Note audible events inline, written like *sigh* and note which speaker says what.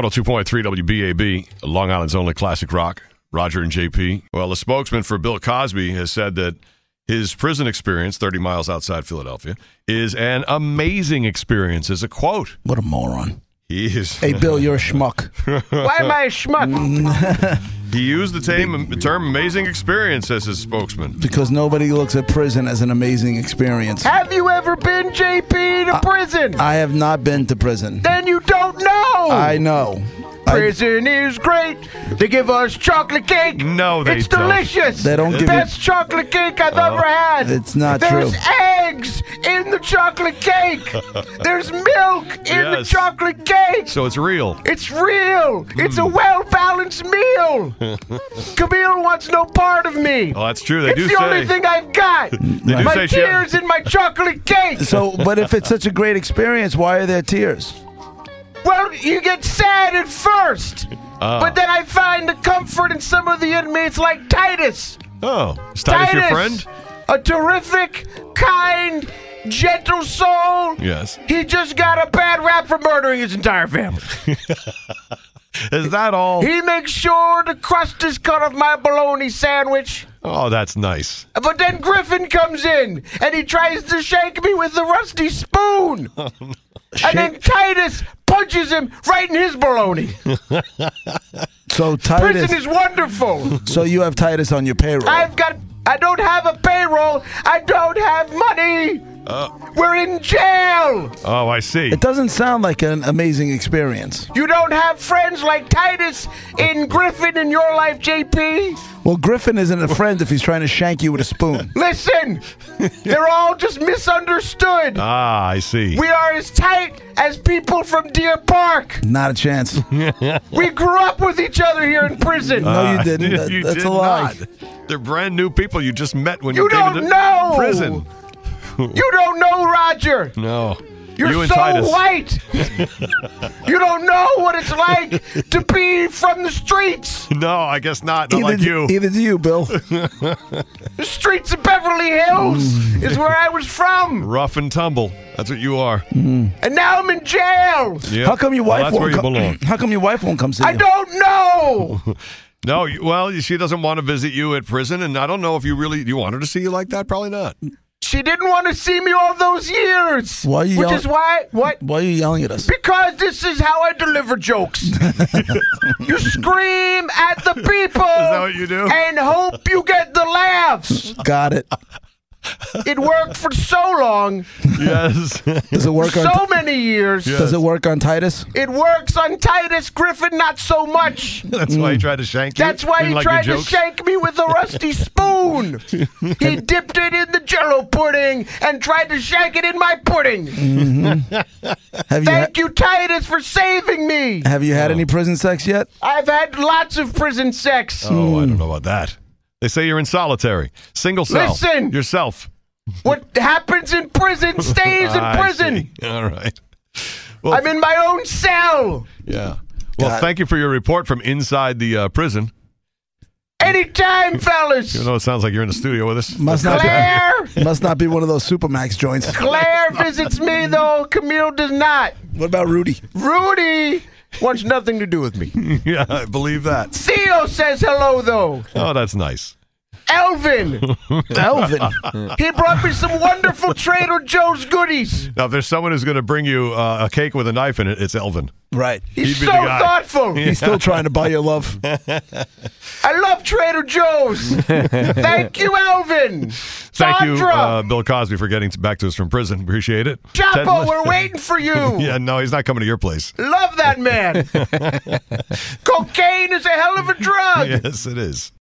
Speaker 1: 102.3 WBAB, Long Island's only classic rock, Roger and JP. Well, a spokesman for Bill Cosby has said that his prison experience, 30 miles outside Philadelphia, is an amazing experience, is a quote.
Speaker 2: What a moron.
Speaker 1: He is.
Speaker 2: Hey, Bill, you're a schmuck.
Speaker 3: Why am I a
Speaker 2: Mm-hmm.
Speaker 3: schmuck?
Speaker 1: He used the term, term amazing experience as his spokesman.
Speaker 2: Because nobody looks at prison as an amazing experience.
Speaker 3: Have you ever been, JP, to prison?
Speaker 2: I have not been to prison.
Speaker 3: then you don't know.
Speaker 2: I know. I-
Speaker 3: prison is great. They give us chocolate cake.
Speaker 1: No, they
Speaker 3: It's
Speaker 1: don't. Uh-huh.
Speaker 3: delicious.
Speaker 2: They don't give you-
Speaker 3: Best chocolate cake I've ever had.
Speaker 2: It's not
Speaker 3: There's
Speaker 2: true.
Speaker 3: eggs in the chocolate cake.
Speaker 1: *laughs*
Speaker 3: There's milk in the
Speaker 1: Yes.
Speaker 3: chocolate cake.
Speaker 1: So Hmm. it's real.
Speaker 3: It's real. It's a well
Speaker 1: *laughs*
Speaker 3: balanced meal. Camille wants no part of me.
Speaker 1: Well, that's true. Oh, They
Speaker 3: it's
Speaker 1: do
Speaker 3: the only
Speaker 1: say.
Speaker 3: thing
Speaker 1: *laughs*
Speaker 3: I've got.
Speaker 1: do
Speaker 3: my
Speaker 1: say she-
Speaker 3: tears and my chocolate cake.
Speaker 2: so, but if it's such a great experience, why are there tears?
Speaker 3: Well, you get sad at first.
Speaker 1: Uh.
Speaker 3: But then I find the comfort in some of the inmates like Titus.
Speaker 1: Oh, is Titus your friend?
Speaker 3: A terrific, kind, gentle soul.
Speaker 1: Yes.
Speaker 3: He just got a bad rap for murdering his entire family.
Speaker 1: Is that all?
Speaker 3: He makes sure the crust is cut off my bologna sandwich.
Speaker 1: Oh, that's nice.
Speaker 3: But then Griffin comes in and he tries to shake me with the
Speaker 1: *laughs*
Speaker 3: rusty spoon.
Speaker 1: Oh,
Speaker 3: And then Titus punches him right in his bologna.
Speaker 2: So
Speaker 3: Prison
Speaker 2: Titus.
Speaker 3: is wonderful.
Speaker 2: So you have Titus on your payroll.
Speaker 3: I've got. I don't have a payroll. I don't have money. We're in jail.
Speaker 1: Oh, I see.
Speaker 2: it doesn't sound like an amazing experience.
Speaker 3: You don't have friends like Titus in Griffin in your life, JP.
Speaker 2: Well, Griffin isn't a friend if he's trying to shank you with a spoon.
Speaker 1: *laughs*
Speaker 3: Listen, they're all just misunderstood.
Speaker 1: Ah, I see.
Speaker 3: We are as tight as people from Deer Park.
Speaker 2: Not
Speaker 1: *laughs*
Speaker 2: a chance.
Speaker 3: We grew up with each other here in prison.
Speaker 2: No, you
Speaker 1: Ah,
Speaker 2: didn't.
Speaker 1: *laughs*
Speaker 2: That-
Speaker 1: you
Speaker 2: that's
Speaker 1: did
Speaker 2: a lie.
Speaker 1: not. They're brand new people you just met when you,
Speaker 3: You
Speaker 1: came
Speaker 3: don't
Speaker 1: into
Speaker 3: know.
Speaker 1: prison.
Speaker 3: You don't know Roger.
Speaker 1: No.
Speaker 3: You're
Speaker 1: you and
Speaker 3: so
Speaker 1: Titus. *laughs*
Speaker 3: white. you don't know what it's like to be from the streets.
Speaker 1: No, I guess not. Not like
Speaker 2: Either-
Speaker 1: you.
Speaker 2: Either do you, Bill.
Speaker 3: The streets of Beverly Hills is where I was from.
Speaker 1: Rough and tumble. That's what you are.
Speaker 3: And now I'm in jail.
Speaker 1: Yeah.
Speaker 2: How come your
Speaker 1: Well,
Speaker 2: wife
Speaker 1: that's
Speaker 2: won't
Speaker 1: where you
Speaker 2: co-
Speaker 1: belong.
Speaker 2: How come your wife won't come see
Speaker 3: I
Speaker 2: you?
Speaker 3: don't know.
Speaker 1: No, you- well, she doesn't want to visit you at prison, and I don't know if you really you want her to see you like that. Probably not.
Speaker 3: She didn't want to see me all those years.
Speaker 2: Why you
Speaker 3: Which
Speaker 2: yell-
Speaker 3: is why what?
Speaker 2: Why are you yelling at us?
Speaker 3: Because this is how I deliver jokes. you scream at the people. Is that
Speaker 1: what you do?
Speaker 3: And hope you get the laughs.
Speaker 2: Got it.
Speaker 3: It worked for so long,
Speaker 1: Yes. *laughs*
Speaker 2: Does it work on?
Speaker 3: *laughs* so many years.
Speaker 2: Does it work on Titus?
Speaker 3: It works on Titus Griffin, not so much.
Speaker 1: That's why he tried to shank you.
Speaker 3: That's why
Speaker 1: Didn't
Speaker 3: he
Speaker 1: like your
Speaker 3: tried to
Speaker 1: jokes?
Speaker 3: shake me with a rusty spoon. *laughs* he dipped it in the jello pudding and tried to shake it in my pudding.
Speaker 2: Have you
Speaker 3: Thank you, Titus, for saving me.
Speaker 2: have you had any prison sex yet?
Speaker 3: I've had lots of prison sex.
Speaker 1: Oh, I don't know about that. They say you're in solitary, single cell.
Speaker 3: Listen.
Speaker 1: yourself.
Speaker 3: What happens in *laughs* prison stays in
Speaker 1: I
Speaker 3: prison.
Speaker 1: see. *laughs* All right. Well,
Speaker 3: I'm in my own cell.
Speaker 1: yeah. Well, thank you for your report from inside the uh, prison.
Speaker 3: *laughs* Anytime, fellas.
Speaker 1: Even though it sounds like you're in the studio with us.
Speaker 2: Must not
Speaker 3: Claire, *laughs*
Speaker 2: be, must not be one of those Supermax *laughs* joints.
Speaker 3: Claire visits me though. Camille does not.
Speaker 2: What about Rudy?
Speaker 3: Rudy wants nothing to do with me.
Speaker 1: *laughs*
Speaker 3: *laughs*
Speaker 1: yeah, I believe that.
Speaker 3: Theo says hello though.
Speaker 1: *laughs* Oh, that's nice.
Speaker 3: Elvin,
Speaker 2: Elvin.
Speaker 3: he brought me
Speaker 1: *laughs*
Speaker 3: some wonderful Trader Joe's goodies.
Speaker 1: Now, if there's someone who's going to bring you uh, a cake with a knife in it, it's Elvin.
Speaker 2: right.
Speaker 3: He's
Speaker 1: He'd be
Speaker 3: so
Speaker 1: the guy.
Speaker 3: thoughtful.
Speaker 2: He's still trying to buy your love.
Speaker 3: I love
Speaker 1: *laughs*
Speaker 3: Trader Joe's. Thank you, Elvin.
Speaker 1: Thank you,
Speaker 3: Sandra.
Speaker 1: uh, Bill Cosby, for getting back to us from prison. Appreciate it. Ted
Speaker 3: Chapo,
Speaker 1: Lin-
Speaker 3: we're waiting for you.
Speaker 1: *laughs* yeah, no, he's not coming to your place. *laughs*
Speaker 3: Love that man. Cocaine is a hell of a drug.
Speaker 1: Yes, it is.